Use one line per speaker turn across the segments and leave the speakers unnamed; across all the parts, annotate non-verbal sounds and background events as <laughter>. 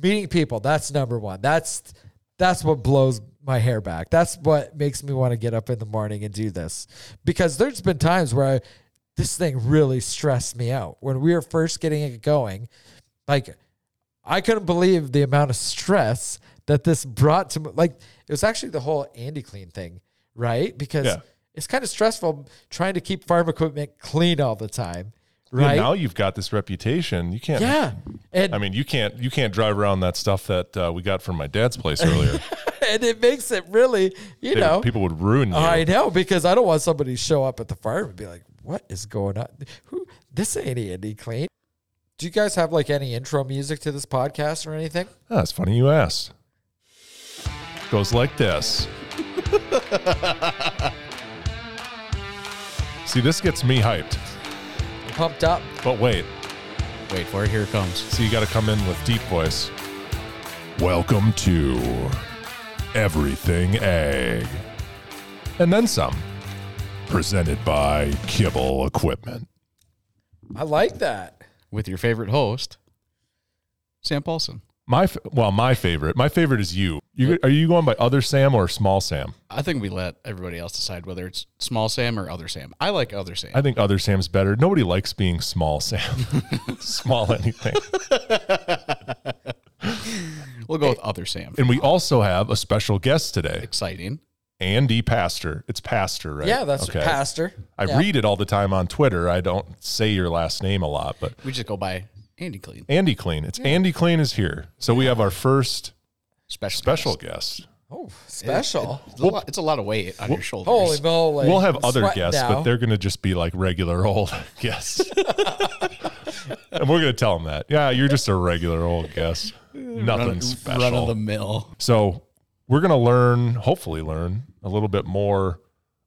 meeting people. That's number one. That's that's what blows my hair back. That's what makes me want to get up in the morning and do this because there's been times where I, this thing really stressed me out when we were first getting it going. Like I couldn't believe the amount of stress that this brought to like it was actually the whole Andy Clean thing, right? Because
Yeah.
it's kind of stressful trying to keep farm equipment clean all the time,
Yeah,
right?
now you've got this reputation. You can't.
yeah, and
I mean, you can't. You can't drive around that stuff that uh, we got from my dad's
<laughs>
place earlier.
and it makes it really, you
They-
know,
people would ruin you.
I know because I don't want somebody to show up at the farm and be like, "What is going on? Who this ain't Andy Clean?" Do you guys have like any intro music to this podcast or anything?
Oh, it's funny you asked. Goes
<laughs>
like this. See, this gets me hyped.
Pumped up.
But wait,
Wait for it. Here it comes.
so you got to come in with deep voice. Welcome to Everything Egg. And then some. Presented by Kibble Equipment.
I like that.
With your favorite host, Sam Paulson.
My f- well, my favorite. My favorite is you. You are you going by other Sam or small Sam?
I think we let everybody else decide whether it's small Sam or other Sam. I like other Sam.
I think other Sam's better. Nobody likes being small Sam. <laughs> small anything.
We'll go with other Sam.
And we also have a special guest today,
Exciting.
Andy Pastor. It's Pastor, right?
Yeah, that's Pastor.
I
Yeah.
read it all the time on Twitter. I don't say your last name a lot, but
We just go by Andy Clean.
Andy Clean. It's Andy Clean is here. So we have our first
Special.
special
guest.
guest.
Oh, special.
It's a, lot, it's a lot of weight on your shoulders.
Holy moly.
We'll have
I'm
other
sweating
guests,
now.
but they're going to just be like regular old <laughs> guests.
<laughs>
and we're going to tell them that. Yeah, you're just a regular old guest. Nothing
run,
special.
Run of the mill.
So we're going to learn, hopefully, learn a little bit more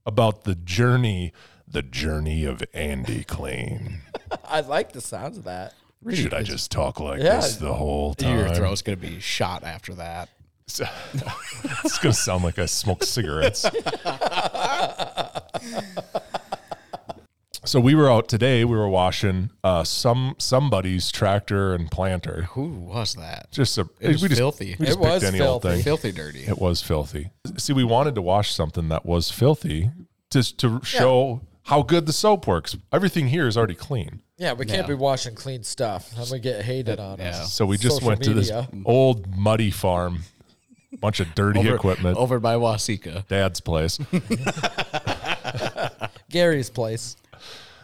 about the journey, the journey of Andy Clean.
I like the sounds of that.
Should I just talk like
Yeah.
this the whole
Your
time?
throat's going to be shot after that.
it's going to sound like I smoke cigarettes. so we were out today. We were washing uh, some somebody's tractor and planter.
Who was that?
Just a
It was
we just,
filthy.
We just
It
picked
was
any old
filthy.
thing.
Filthy dirty.
It was filthy. See, we wanted to wash something that was filthy just to show how good the soap works. Everything here is already clean.
Yeah, we can't
Yeah.
be washing clean stuff. I'm gonna get hated on
Yeah.
us.
So we just
Social
went to
media.
this old muddy farm, bunch of dirty equipment,
over by Wasika.
<laughs>
dad's place.
Gary's place.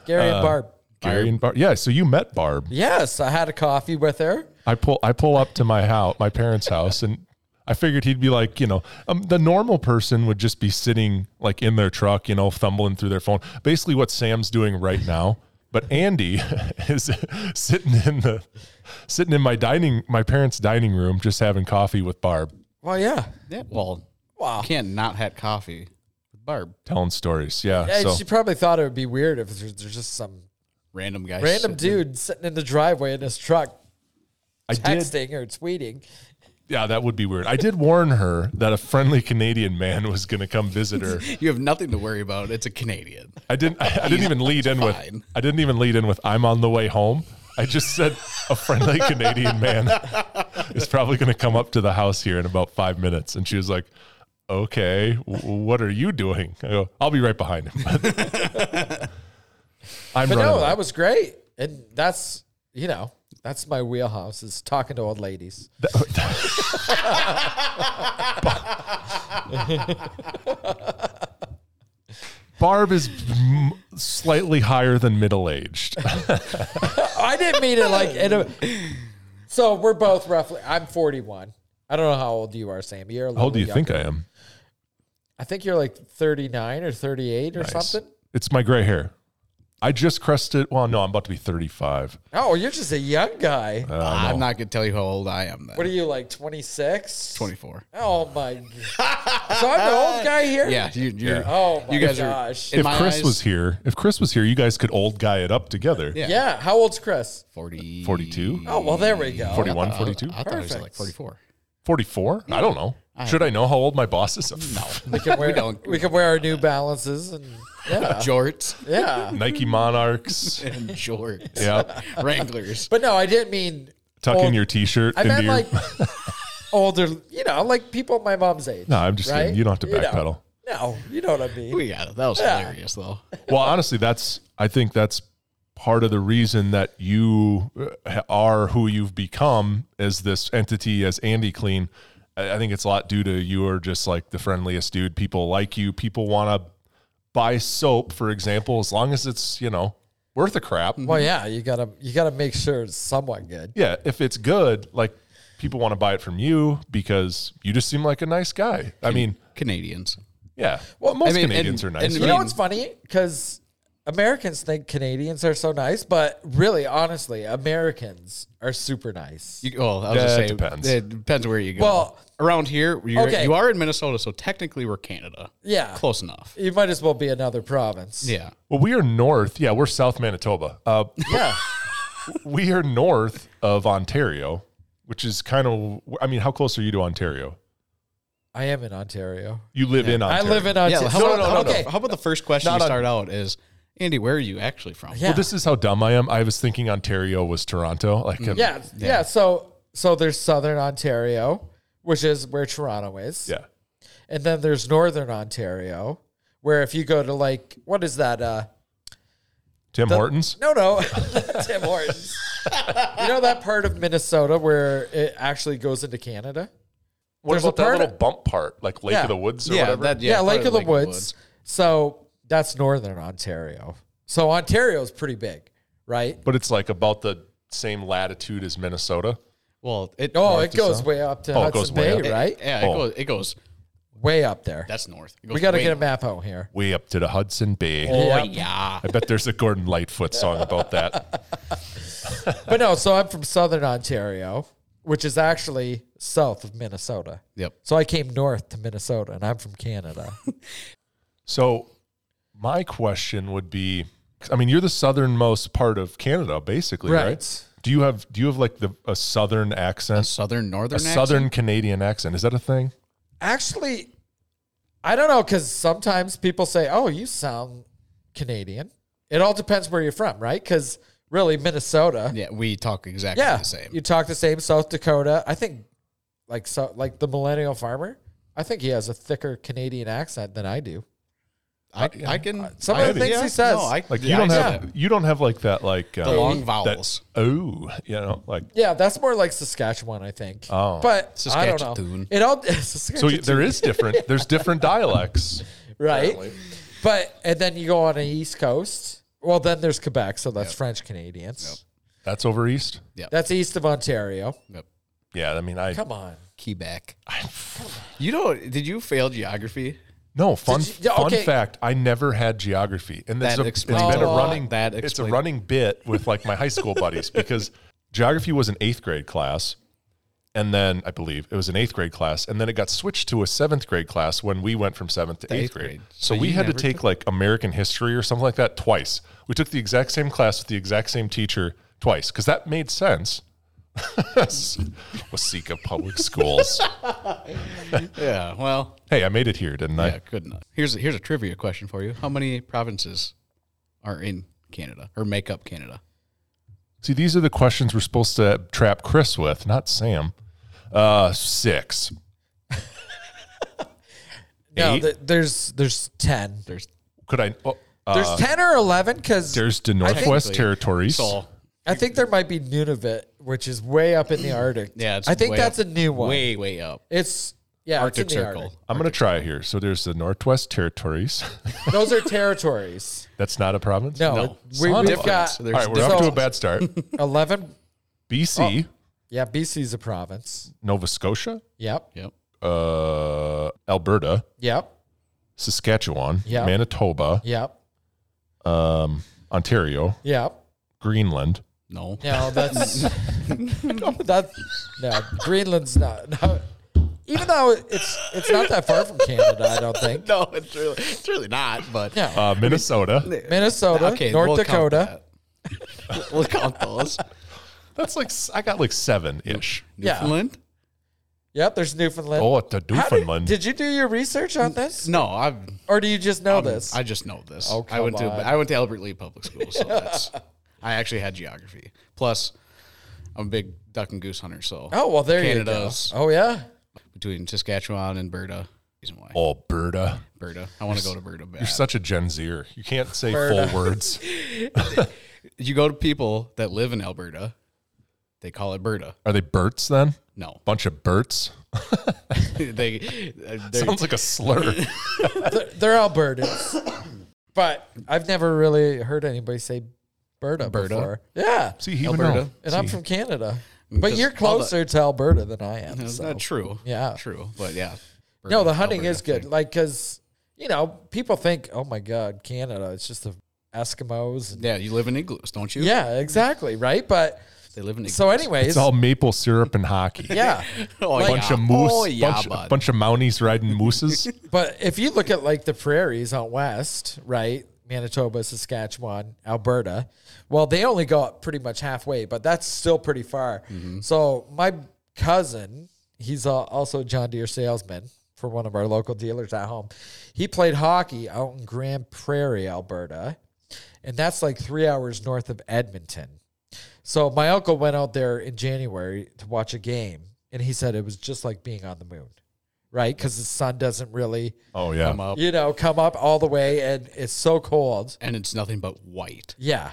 Gary
Uh,
and Barb.
Gary and Barb. Yeah, so you met Barb.
Yes, I had a coffee with her.
I pull I pull up to my house, my parents' house, and I figured he'd be like, you know, um, the normal person would just be sitting like in their truck, you know, fumbling through their phone. Basically, what Sam's doing right now. But Andy <laughs> is sitting in the sitting in my dining my parents' dining room, just having coffee with Barb,
Well, yeah.
Yeah. Well,
Wow.
can't not have coffee with Barb.
telling stories. Yeah,
And
so
she probably thought it would be weird if there's, there's just some
Random guy.
random
sitting-
dude sitting in the driveway in his truck
I did.
texting or tweeting.
Yeah, that would be weird. I did warn her that a friendly Canadian man was going to come visit her.
<laughs> You have nothing to worry about. It's a Canadian.
I didn't. I, I didn't even lead in with.
fine.
I didn't even lead in with. I'm on the way home. I just said a friendly Canadian man is probably going to come up to the house here in about five minutes, and she was like, "Okay, w- what are you doing?" I go, "I'll be right behind him." <laughs> I'm
But
running.
no,
late.
that was great. And that's, you know, that's my wheelhouse is talking to old ladies.
Barb is m- slightly higher than
<laughs>
middle aged.
I didn't mean it like in
<laughs>
a, So we're both roughly I'm 41. I don't know how old you are, Sam. You're a
How
little
old do you
younger.
think I am?
I think you're like 39 or 38 or something.
It's my gray hair. I just crested. Well, no, I'm about to be 35.
Oh, you're just a young guy.
Uh,
I'm not going to tell you how old I am. Then.
what are you like 26?
24.
Oh my god. so I'm the old guy here?
<laughs> Yeah. You, you're,
Oh my
you guys
gosh.
are. in
if
my
Chris
eyes,
was here, if Chris was here, you guys could old guy it up together.
Yeah.
Yeah. How old's Chris?
40.
42,
Oh well, there we go.
41, 42,
uh, I thought it was like
Perfect.
44.
44? I don't know. Should I know how old my boss is? No.
We
<laughs>
can wear we,
don't-
can wear our New Balances and yeah,
Jorts
yeah.
<laughs> Nike Monarchs.
and jorts.
yeah.
Wranglers.
But no, I didn't mean
tuck in
old-
your t-shirt
I
into
meant
your. <laughs>
like older, you know, like people my mom's age.
no, I'm just
right?
kidding. You don't have to
You know.
backpedal.
No, you know what I mean.
We got it. That was
Yeah.
hilarious, though.
Well, honestly, that's I think that's part of the reason that you uh, are who you've become as this entity as Andy Clean. I I think it's a lot due to you are just like the friendliest dude. People like you. People want to buy soap, for example, as long as it's you know worth a crap.
Mm-hmm.
Well, yeah, you gotta you gotta make sure it's somewhat good.
Yeah, if it's good, like people want to buy it from you because you just seem like a nice guy. I mean,
Canadians.
yeah. Well, most
Hmm. mean,
Canadians
and-
are nice.
and-
You know
mean-
what's funny? Because Americans think Canadians are so nice, but really, honestly, Americans are super nice.
You, well, I was just
That
saying,
depends.
It depends where you go.
Well-
around here, you're,
Okay.
you are in Minnesota, so technically we're Canada.
Yeah.
close enough.
You might as well be another province.
Yeah,
well, we are north. Yeah, we're South Manitoba. Uh,
Yeah.
we are north of Ontario, which is kind of. I mean, how close are you to Ontario?
I am in Ontario.
You live in Ontario.
I live in Ontario.
yeah. How,
No,
about,
no,
how,
no,
about,
okay.
the- how about the first question
Not
you
on-
start out is, Andy, where are you actually from?
Yeah.
Well, this is how dumb I am. I was thinking Ontario was Toronto. Like,
Mm.
um,
yeah, yeah. So, so there's Southern Ontario, which is where Toronto is,
yeah.
and then there's Northern Ontario, where if you go to like what is that? Uh,
Tim Hortons.
No, no, <laughs> Tim Hortons. you know that part of Minnesota where it actually goes into Canada?
What
there's
about
a
that
part
little bump part, like Lake
Yeah.
of the Woods or
Yeah,
whatever?
that-
Yeah, Lake
part
of the Woods. So that's northern Ontario. So Ontario's pretty big, right?
but it's like about the same latitude as Minnesota.
Well, it
Oh,
north
it
to
goes
south.
way up to
Oh, it
Hudson
goes way
Bay,
up.
It-
right?
yeah, it
Oh.
goes. It goes.
way up there.
That's north. It
we
goes
got to
way
get a
north.
map out here.
Way up to the Hudson Bay.
Oh
Yep.
yeah.
I bet there's a Gordon Lightfoot song about that.
But no, so I'm from southern Ontario, which is actually south of Minnesota.
Yep.
So I came north to Minnesota, and I'm from Canada.
So, my question would be: I mean, you're the southernmost part of Canada, basically, right?
Right.
Do you have do you have like the a southern accent,
Southern northern.
a southern Canadian accent? Is that a thing?
actually, I don't know because sometimes people say, "Oh, you sound Canadian." It all depends where you're from, right? Because really, Minnesota,
accent? Yeah, we talk exactly
yeah,
the same.
you talk the same. South Dakota, I think, like so, like the millennial farmer, I think he has a thicker Canadian accent than I do.
I, I can.
some
I,
of the things he says.
Like
yeah,
you don't
I
have
said it.
you don't have like that like
the
um,
long
that-
vowels.
oh you know like
Yeah, that's more like Saskatchewan, I think.
Oh.
but I don't know.
Saskatchewan.
It all <laughs>
so
Saskatchewan,
there is different there's different dialects
right? But and then you go on the East Coast. Well, then there's Quebec, so that's French Canadians.
that's over east
That's east of Ontario.
Yep.
yeah I mean I
Come on.
Quebec. You know, did you fail geography?
no fun
Did you- yeah,
fun
okay.
fact I never had geography and this
That
a, it's been
explains
a
a lot.
running
That
it's a
explains-
running bit with like my high school
<laughs>
buddies because geography was an eighth grade class and then I believe it was an eighth grade class, and then it got switched to a seventh grade class when we went from seventh to eighth,
eighth
grade.
grade.
So,
So
we
you
had to
never
take like American history or something like that twice. We took the exact same class with the exact same teacher twice because that made sense. <laughs> Wasika Public
<laughs>
Schools.
Yeah. Well,
hey, I made it here, didn't I?
yeah, good enough. Here's a, here's a trivia question for you. How many provinces are in Canada or make up Canada?
See, these are the questions we're supposed to trap Chris with, not Sam. Uh, six.
No,
Eight?
th- there's there's ten.
There's
Could I? Oh, uh,
There's ten or eleven because
there's the Northwest
Technically,
Territories.
so
I think there might be Nunavut, which is way up
<clears throat>
in the Arctic.
yeah. It's
I think
way
that's
up-
a new one.
Way way up.
It's yeah,
Arctic
it's in the
Circle.
Arctic.
I'm going to try here. So there's the Northwest Territories.
<laughs>
<laughs>
Those are territories.
That's not a province?
No,
No.
we,
Son
we've
of a-
got
So
All
there's
right, we're
So-
off to a
<laughs>
bad start.
eleven. Oh.
BC,
Yeah, BC's a province.
Nova Scotia,
Yep,
Yep.
uh, Alberta,
yep,
Saskatchewan,
Yeah.
Manitoba,
yep,
um, Ontario,
yep.
Greenland.
No.
No,
<laughs>
that's that. No, Greenland's not. No, even though it's it's not that far from Canada, I don't think.
<laughs> No, it's really it's really not. But
Yeah, <laughs>
Uh, Minnesota.
Minnesota,
okay.
North
we'll count
Dakota.
that. <laughs> we'll count those.
That's like, s- I got like seven ish.
Yeah.
Newfoundland.
Yep, there's Newfoundland.
Oh, at the
How did-
Newfoundland.
Did, you do your research on this,
No, I've
or do you just know this?
um, I just know this.
Oh,
I went
come
to
on.
<laughs> I went to Albert Lee Public School, so that's I actually had geography. Plus, I'm a big duck and goose hunter, so
Oh well, there
Canada's-
you go. Oh yeah,
between Saskatchewan and Berta, reason why
Alberta.
Berta. I want to go to Berta. Bad.
You're such a Gen Zer. You can't say
Alberta.
full words.
you go to people that live in Alberta, they call it Berta.
Are they Berts then?
No, <laughs>
Bunch of Berts.
they <laughs> they're-
Sounds like a slur.
they're, they're Albertans, but I've never really heard anybody say Berta,
Berta?
before. Yeah,
See, he
Alberta.
Alberta.
and I'm from Canada, but
Because
you're
Mm, all the-
closer to Alberta than I am.
<laughs> That's
so.
not true.
Yeah.
true, but yeah.
No,
Berta,
the hunting
Alberta
is good.
thing.
Like, cause you know, people think, oh my god, Canada, it's just the Eskimos. and-
Yeah, you live in igloos, don't you?
yeah, exactly, right. But
they live in igloos.
so, anyways,
It's all maple syrup and hockey.
yeah.
<laughs>
<laughs>
oh,
like-
Bunch of moose.
Oh, yeah,
bunch,
bud.
bunch of Mounties riding mooses.
But if you look at like the prairies out west, right? Manitoba, Saskatchewan, Alberta. Well, they only go up pretty much halfway, but that's still pretty far. So my cousin, he's a, also a John Deere salesman for one of our local dealers at home. He played hockey out in Grand Prairie, Alberta, and that's like three hours north of Edmonton. So my uncle went out there in January to watch a game, and he said it was just like being on the moon, right? Because the sun doesn't really,
Oh, yeah.
Come up,
you know, come up all the way, and it's so cold.
and it's nothing but white.
Yeah,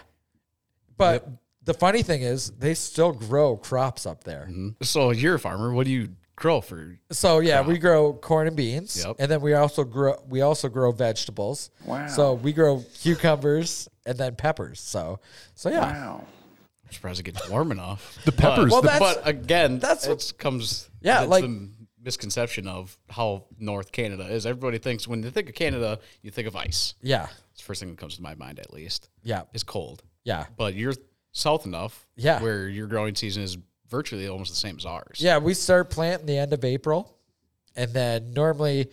but the funny thing is, they still grow crops up there.
So you're a farmer. What do you grow for?
So yeah, we grow corn and beans,
Yep.
and then we also grow we also grow vegetables. Wow! So we grow cucumbers and then peppers. So so yeah,
I'm surprised it gets warm enough.
<laughs> The peppers.
Well,
the-
that- That's-
but again,
that's
that's
what-
what comes.
Yeah,
that's
like-
the misconception of how North Canada is. Everybody thinks when you think of Canada, you think of ice.
yeah,
It's the first thing that comes to my mind, at least.
yeah,
It's cold,
yeah.
but you're south enough.
Yeah.
where your growing season is virtually almost the same as ours.
Yeah, we start planting the end of April, and then normally,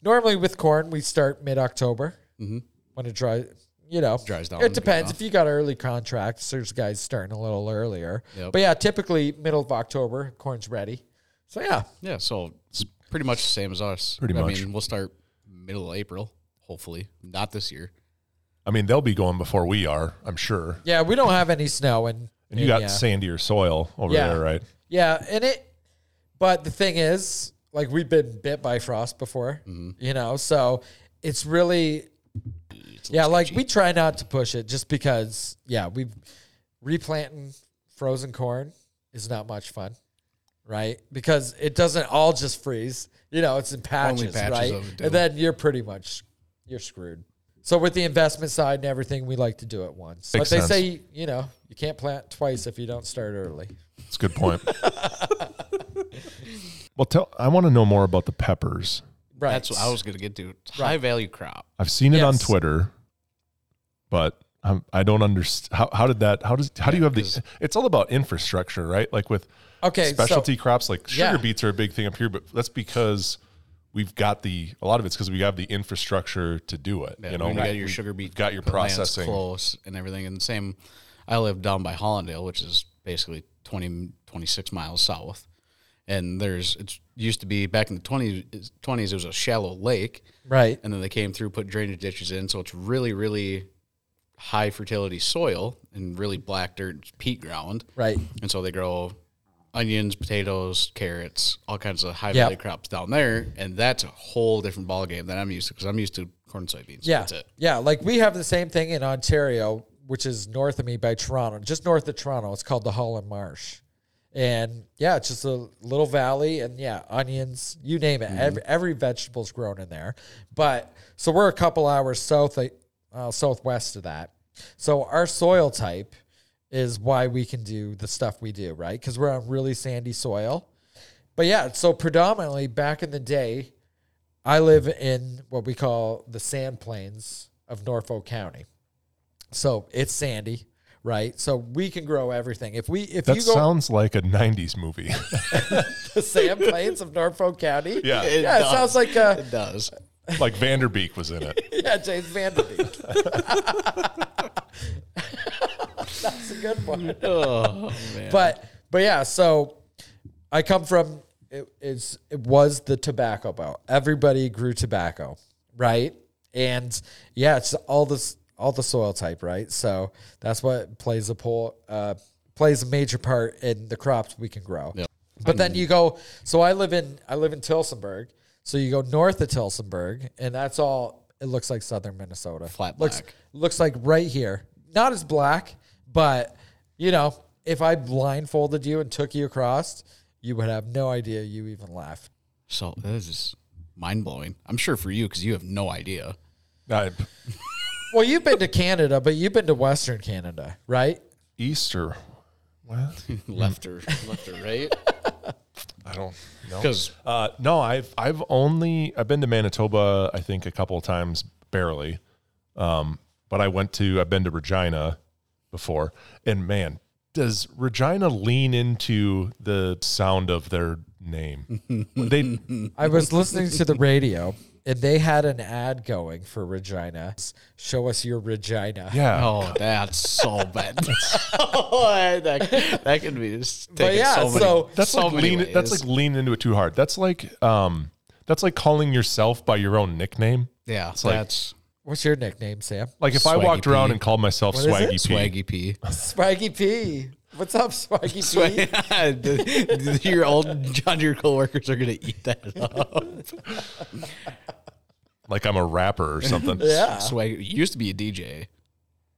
normally with corn we start mid October when it dries. You know,
Mm-hmm. Dries down
It
good
depends
enough.
if you got early contracts. There's guys starting a little earlier,
Yep.
but yeah, typically middle of October, corn's ready. So yeah,
yeah. So it's pretty much the same as us.
Pretty
I
much.
mean, we'll start middle of April, hopefully. Not this year.
I mean, they'll be going before we are, I'm sure.
yeah, we don't have any snow, and
And you got
yeah.
sandier soil over
Yeah.
there, right?
Yeah, and it. But the thing is, like we've been bit by frost before,
Mm-hmm.
you know, so it's really. yeah, like we try not to push it just because. Yeah, we replanting frozen corn is not much fun, right? Because it doesn't all just freeze. You know, it's in patches,
patches
right?
of it do.
and then you're pretty much you're screwed. So with the investment side and everything, we like to do it once. but
Makes
they
sense.
say you know you can't plant twice if you don't start early.
That's a good point. well, tell. I want to know more about the peppers.
Right.
That's what I was going to get to. It's High value crop.
I've seen it on
Yes.
Twitter, but I'm, I don't understand. How, how did that? How does? How do you have the? It's all about infrastructure, right? Like with
Okay, so-
specialty crops, like sugar
Yeah.
beets are a big thing up here, but that's because we've got the a lot of it's because we have the infrastructure to do it.
Yeah,
you know,
you
We-
got your
we-
sugar beet,
got your
plants
processing.
close and everything. And same, I live down by Hollandale, which is basically 20, 26 miles south. And there's, it used to be back in the 20s, 20s, it was a shallow lake.
Right.
And then they came through, put drainage ditches in. So it's really, really high fertility soil and really black dirt, peat ground.
Right.
And so they grow onions, potatoes, carrots, all kinds of high
Yeah.
value crops down there. And that's a whole different ballgame than I'm used to because I'm used to corn and soybeans.
Yeah.
That's it.
Yeah. Like we have the same thing in Ontario, which is north of me by Toronto, just north of Toronto. It's called the Holland Marsh. And yeah, it's just a little valley and yeah, onions, you name it. Every,
Mm-hmm.
every vegetable's grown in there. But so we're a couple hours south, of- uh, southwest of that. So our soil type is why we can do the stuff we do, right? Because we're on really sandy soil. But yeah, so predominantly back in the day, I live in what we call the sand plains of Norfolk County. So it's sandy, right? So we can grow everything. If we if
That
you go
sounds like a '90s
<laughs>
movie.
the sand plains of Norfolk County,
<laughs> yeah,
yeah, it
does.
sounds like uh,
It does.
like Vanderbeek was in it.
yeah, James Vanderbeek. <laughs> That's a good one.
Oh, man.
but but yeah so i come from it, it's it was the tobacco belt everybody grew tobacco right and yeah it's all this all the soil type right so that's what plays a pole uh plays a major part in the crops we can grow.
Yep.
But then you go. So I live in I live in Tilsonburg. So you go north of Tilsonburg, and that's all. It looks like southern Minnesota.
Flat
looks
black.
looks like right here. Not as black, but you know, if I blindfolded you and took you across, you would have no idea you even left.
So this is mind blowing. I'm sure for you because you have no idea.
I,
Well, you've been to Canada, but you've been to Western Canada, right?
Easter. What?
<laughs> left or left or <laughs> right?
I
<laughs>
don't know.
Because
Uh, no, I've I've only I've been to Manitoba. I think a couple of times, barely. Um, but I went to I've been to Regina before, and man, does Regina lean into the sound of their name?
<laughs>
they
I was listening to the radio and they had an ad going for Regina. Show us your Regina.
yeah.
oh, that's
<laughs>
so bad. oh, that, <laughs> that could be just taken
But yeah,
so many.
so-
That's
so
like
many
lean.
ways.
That's like lean into it too hard. That's like um. That's like calling yourself by your own nickname.
yeah,
like-
that's
What's your nickname, Sam?
Like if I
Swaggy
walked around
P.
and called myself
What is
Swaggy
it?
P. <laughs>
swaggy p.
Swaggy P. What's up, Swaggy
<laughs>
P?
your old John Deere coworkers are gonna eat that up.
<laughs> Like I'm a rapper or
<laughs>
something.
Yeah.
Swag. You used to be a DJ.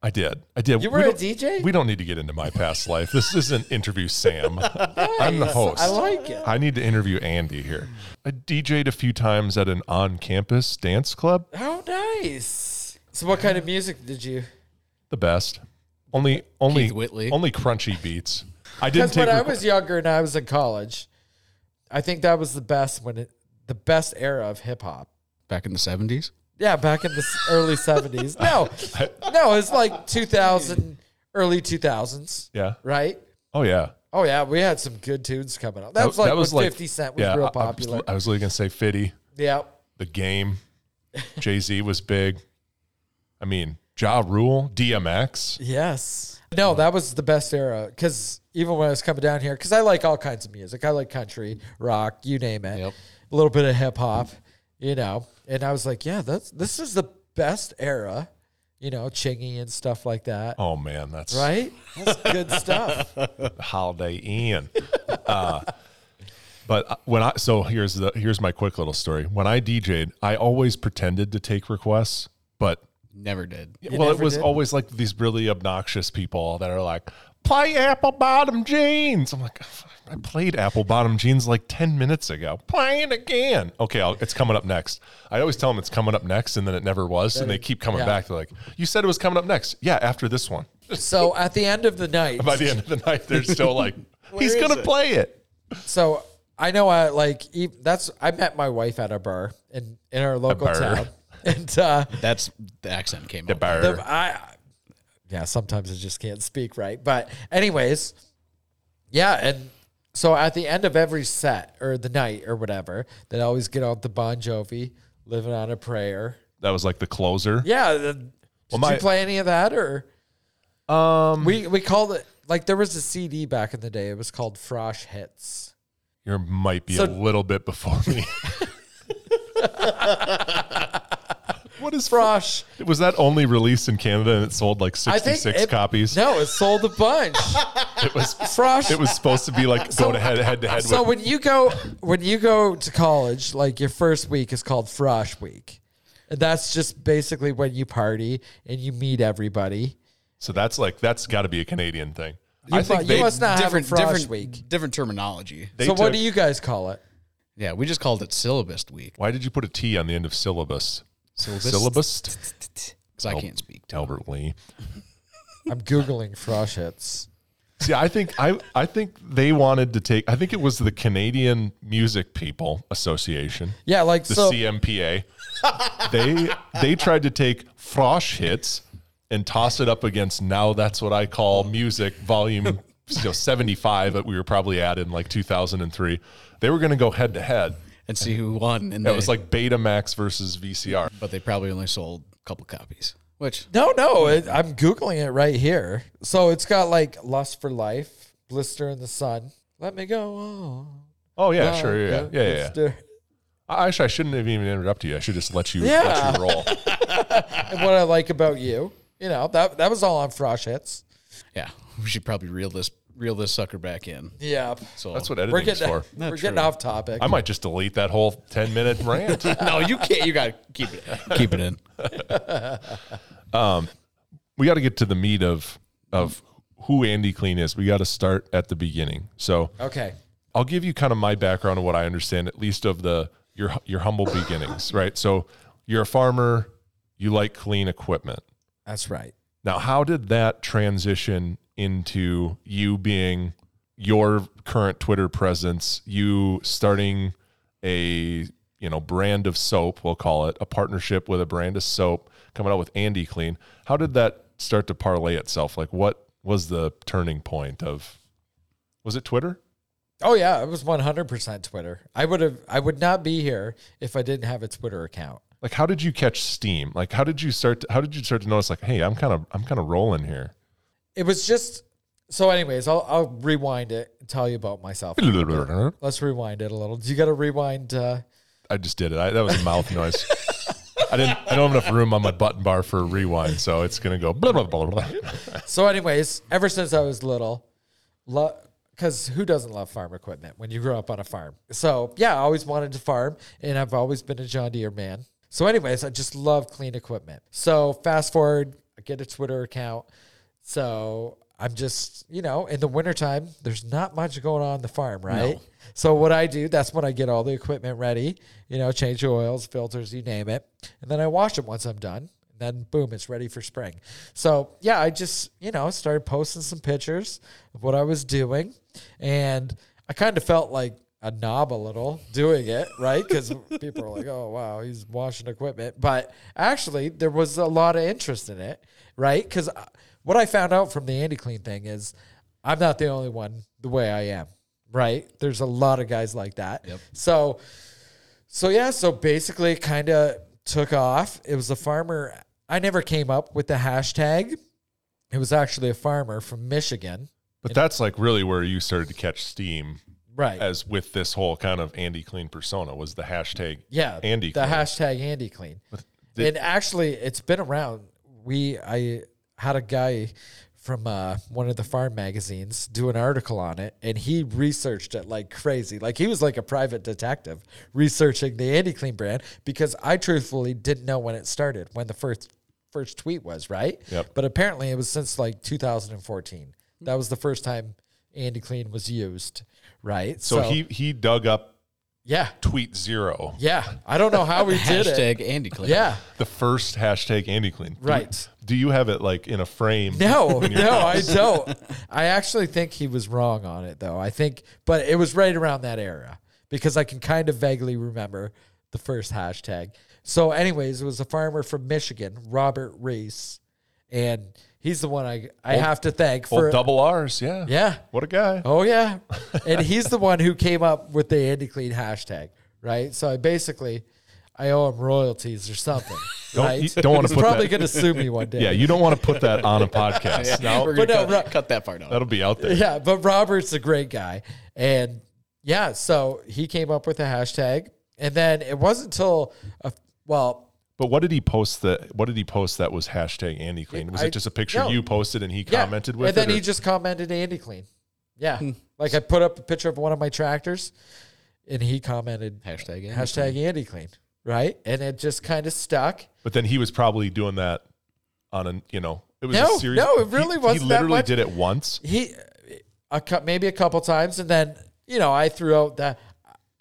I did. I did.
You
We
were a
don't-
DJ?
We don't need to get into my past life. This isn't interview
<laughs>
Sam. I'm the host.
I like it.
I need to interview Andy here. I DJ'd a few times at an on-campus dance club.
How nice. So, what kind of music did you?
The best. Only, only,
Keith Whitley.
only crunchy beats. I didn't
Because
take.
when I
requ-
was younger and I was in college, I think that was the best when it, the best era of hip hop.
back in the 70s.
Yeah, back in the s-
<laughs>
early 70s. No, no, it's like 2000, early 2000s,
yeah.
right?
Oh yeah.
Oh yeah, we had some good tunes coming out. That, was like when Fifty Cent was
yeah, I-
real
I was-
popular.
I was literally gonna say Fitty.
yeah, <laughs>
The game. Jay Z was big. I mean, Ja Rule, DMX.
yes. No, that was the best era because even when I was coming down here, because I like all kinds of music. I like country, rock, you name it.
Yep.
A little bit of hip hop, you know. And I was like, yeah, that's this is the best era, you know, Chingy and stuff like that.
Oh man, that's
Right? That's good
<laughs>
stuff.
Holiday Inn. <laughs> uh, but uh, when I so here's the here's my quick little story. When I DJ'd, I always pretended to take requests, but
Never did.
well, it
never
was
did?
always like these really obnoxious people that are like, "Play Apple Bottom Jeans." I'm like, I played Apple Bottom Jeans like ten minutes ago. Play it again. Okay, I'll, it's coming up next. I always tell them it's coming up next, and then it never was, and they keep coming
yeah.
back. They're like, "You said it was coming up next." Yeah, after this one. <laughs>
So at the end of the night,
By the end of the night, they're still like, "He's
is
gonna
it?"
play it."
So I know I like e- that's I met my wife at a bar in in our local
bar. <laughs>
town, and uh,
That's the accent came up.
Bar.
the- I yeah sometimes I just can't speak right. But anyways, yeah, and so at the end of every set or the night or whatever, they always get out the Bon Jovi, "Living on a Prayer."
that was like the closer.
Yeah, the, did
my-
you play any of that or
Um,
we we called it like there was a CD back in the day. It was called Frosh Hits.
you might be
So-
a little bit before
<laughs>
me. what is Frost?
Frosh.
Was that only released in Canada and it sold like
I think
sixty six
it-
copies?
No, it sold a bunch.
<laughs> It was
Frosh.
it was supposed to be like go to head head to head
So
with.
when you go when you go to college, like your first week is called frosh week. And that's just basically when you party and you meet everybody.
So that's like that's got to be a Canadian thing. I
mu-
think
you
they,
must not have a
Different,
frosh
different,
week.
different terminology.
they
so what
took-
do you guys call it?
Yeah, we just called it syllabist week.
Why did you put a T on the end of syllabus?
Syllabist.
Syllabus.
Because I can't speak.
Albert Lee.
I'm googling frosh hits.
See, I think I I think they wanted to take. I think it was the Canadian Music People Association.
Yeah, like
the
so
CMPA. they they tried to take frosh hits and toss it up against now that's what I call music volume you know, 75 that we were probably at in like 2003. They were going to go head to head.
And see who won. And
It
they,
was like Betamax versus VCR.
but they probably only sold a couple copies. Which
No, no, it, I'm googling it right here. So it's got like lust for life, blister in the sun. Let me go on.
Oh yeah, sure, yeah, yeah, yeah. yeah.
Blister.
I, actually, I shouldn't have even interrupted you. I should just let you
Yeah.
let you roll.
And what I like about you, you know, that that was all on frosh hits.
<laughs> yeah, we should probably reel this reel this sucker back in.
Yeah.
So
That's what
We're
editing's
getting,
for.
<laughs> we're
Not
getting
true.
off topic.
I might just delete that whole 10 minute
<laughs>
rant.
<laughs> no, you can't. You gotta keep it. Keep it in.
we got to get to the meat of of who Andy Clean is. We got to start at the beginning. So
okay.
I'll give you kind of my background and what I understand, at least of the your your humble beginnings, right? So you're a farmer, you like clean equipment.
That's right.
Now, how did that transition into you being your current Twitter presence, you starting a you know brand of soap, we'll call it, a partnership with a brand of soap, coming out with Andy Clean. How did that start to parlay itself? Like what was the turning point of was it Twitter?
Oh yeah, it was 100% Twitter. I would have I would not be here if I didn't have a Twitter account.
Like how did you catch steam? Like how did you start to, how did you start to notice like, hey, I'm kind of I'm kind of rolling here.
It was just so anyways, I'll I'll rewind it and tell you about myself. Let's rewind it a little. You got to rewind uh
I just did it. I, that was
<laughs>
a mouth noise. I didn't. I don't have enough room on my button bar for a rewind, so it's gonna go blah blah blah blah. blah.
So, anyways, ever since I was little, because who doesn't love farm equipment when you grow up on a farm? So, yeah, I always wanted to farm, and I've always been a John Deere man. So, anyways, I just love clean equipment. So, fast forward, I get a Twitter account. So, I'm just, you know, in the wintertime, there's not much going on the farm, right? So, what I do, that's when I get all the equipment ready, you know, change the oils, filters, you name it. And then I wash it once I'm done and then boom, it's ready for spring. So yeah, I just you know started posting some pictures of what I was doing, and I kind of felt like a knob a little doing it, right? Because people are like, "Oh wow, he's washing equipment," but actually there was a lot of interest in it, right? Because what I found out from the Andy Clean thing is I'm not the only one the way I am, right? There's a lot of guys like that. So so yeah, so basically it kind of took off. It was a farmer. I never came up with the hashtag. It was actually a farmer from Michigan.
But that's like really where you started to catch steam,
Right.
as with this whole kind of Andy Clean persona was the hashtag.
yeah.
Andy
The
Clean.
hashtag Andy Clean.
the-
and actually it's been around. We I had a guy from uh, one of the farm magazines do an article on it and he researched it like crazy. Like he was like a private detective researching the Andy Clean brand because I truthfully didn't know when it started, when the first first tweet was, right?
Yep.
But apparently it was since like 2014. That was the first time Andy Clean was used, right?
So, he he dug up
yeah.
tweet zero,
Yeah, I don't know how we did it.
Hashtag Andy Clean.
Yeah,
the first hashtag Andy Clean. Do you-
Right.
Do, you have it like in a frame? <laughs>
no, no, I don't. I actually think he was wrong on it, though. I think, but it was right around that era because I can kind of vaguely remember the first hashtag. So, anyways, it was a farmer from Michigan, Robert Reese, and he's the one I I have to thank for.
Well, double R's. Yeah.
yeah,
What a guy.
Oh
<laughs>
yeah, and he's the one who came up with the Andy Clean hashtag, right? So I basically, I owe him royalties or something,
Don't-
right?
you don't wanna
He's
put
probably
that-
going to sue me one day.
<laughs> Yeah. You don't want to put that on a
<laughs>
podcast.
Now <laughs> we're gonna
But no,
cut,
Ro-
cut that part out.
That'll be out there.
yeah, but Robert's a great guy, and yeah, so he came up with the hashtag, and then it wasn't until a, well,
But what did he post that? What did he post that was hashtag Andy Clean? Was
I-
it just a picture
no.
you posted and he
yeah,
commented with
and then
it? or-
he just commented Andy Clean, yeah, like I put up a picture of one of my tractors, and he commented <laughs>
Hashtag Andy
hashtag Andy Clean, right, and it just kind of stuck.
but then he was probably doing that on a you know it was
No,
a series.
no, it
he-
really
he,
wasn't that
literally
much.
did it once.
he a cou- maybe a couple times, and then you know I threw out the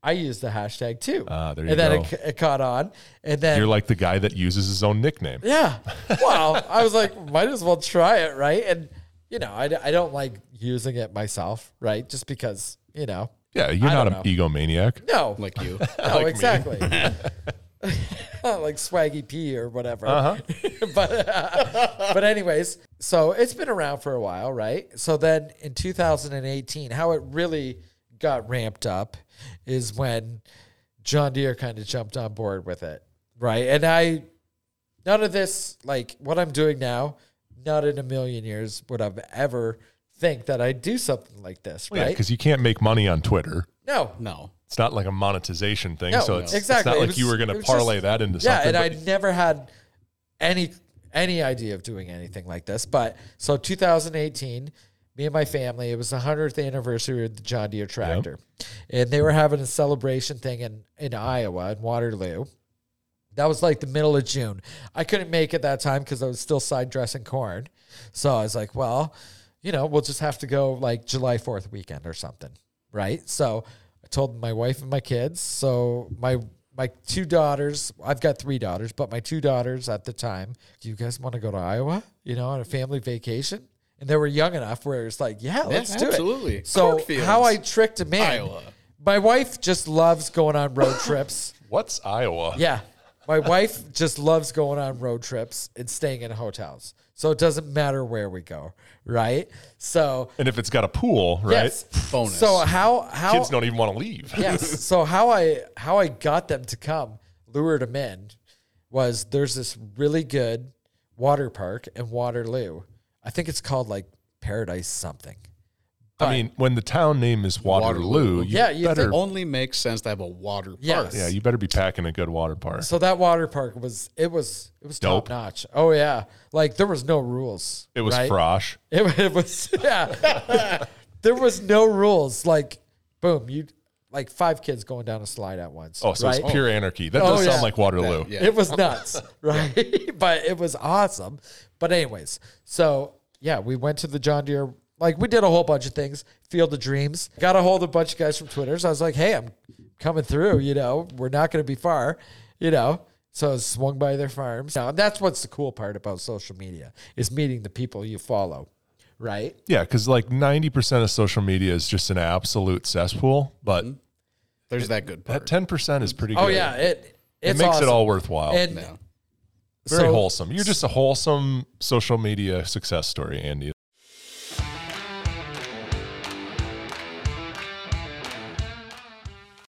I used the hashtag too.
Ah, there you
and then
go.
It, ca- it caught on, and then
You're like the guy that uses his own nickname.
yeah, wow. I was like, might as well try it, right? And you know, I, d- I don't like using it myself, right? Just because you know,
Yeah, you're
I
not an
don't
egomaniac.
no,
like
<laughs>
you.
<laughs>
no, Oh, exactly. like Swaggy P or whatever.
Uh-huh.
<laughs> but uh, but anyways, so it's been around for a while, right? So then in 2018, how it really got ramped up is when John Deere kind of jumped on board with it, right? And I none of this like what I'm doing now, not in a million years would I've ever think that I'd do something like this,
Well, Yeah,
right?
because you can't make money on Twitter.
no,
No.
It's not like a monetization thing.
No,
so it's, it's
exactly.
not
It
like
was-
you were
it
going to
was
parlay
just-
that into
yeah,
something.
and I
but-
never had any any idea of doing anything like this. But so 2018, me and my family. It was the hundredth anniversary of the John Deere tractor, and they were having a celebration thing in in Iowa in Waterloo. That was like the middle of June. I couldn't make it that time because I was still side dressing corn. So I was like, well, you know, we'll just have to go like July 4th weekend or something. Right. So I told my wife and my kids. So my my two daughters, I've got three daughters, but my two daughters at the time, do you guys want to go to Iowa, you know, on a family vacation? And they were young enough where it's like, yeah, let's do
absolutely.
it. So
Cornfields,
how I tricked a man.
Iowa.
My wife just loves going on road trips.
What's Iowa?
Yeah. My wife just loves going on road trips and staying in hotels. So it doesn't matter where we go, right? So
And if it's got a pool, right?
yes.
Bonus.
So how how
Kids don't even want to leave.
<laughs> yes. So how I how I got them to come, lured them in, was there's this really good water park in Waterloo. I think it's called like Paradise something.
I mean, when the town name is Waterloo,
Waterloo.
you
Yeah, you
better
think-
only makes sense to have a water park.
Yes.
yeah, you better be packing a good water park.
So that water park was it was it was
Dope.
top notch. Oh yeah, like there was no rules.
It was
right?
frosh.
It, it was <laughs> yeah. there was no rules. Like boom, you like five kids going down a slide at once.
Oh, so
right?
it's pure anarchy. That
Oh,
does
yeah.
sound like Waterloo.
<laughs>
Yeah.
It was nuts, <laughs> right? but it was awesome. But anyways, so yeah, we went to the John Deere. Like we did a whole bunch of things. Field of Dreams. Got a hold of a bunch of guys from Twitter. So I was like, hey, I'm coming through. You know, we're not going to be far. You know. So I swung by their farms. Now, and that's what's the cool part about social media is meeting the people you follow, right?
Yeah, because like ninety percent of social media is just an absolute cesspool, but
There's that good
that
part.
ten percent is pretty.
Mm-hmm. Oh
good.
yeah, it
it
it's
makes
awesome.
it all worthwhile.
and
Yeah.
Very
so-
wholesome. You're just a wholesome social media success story, Andy.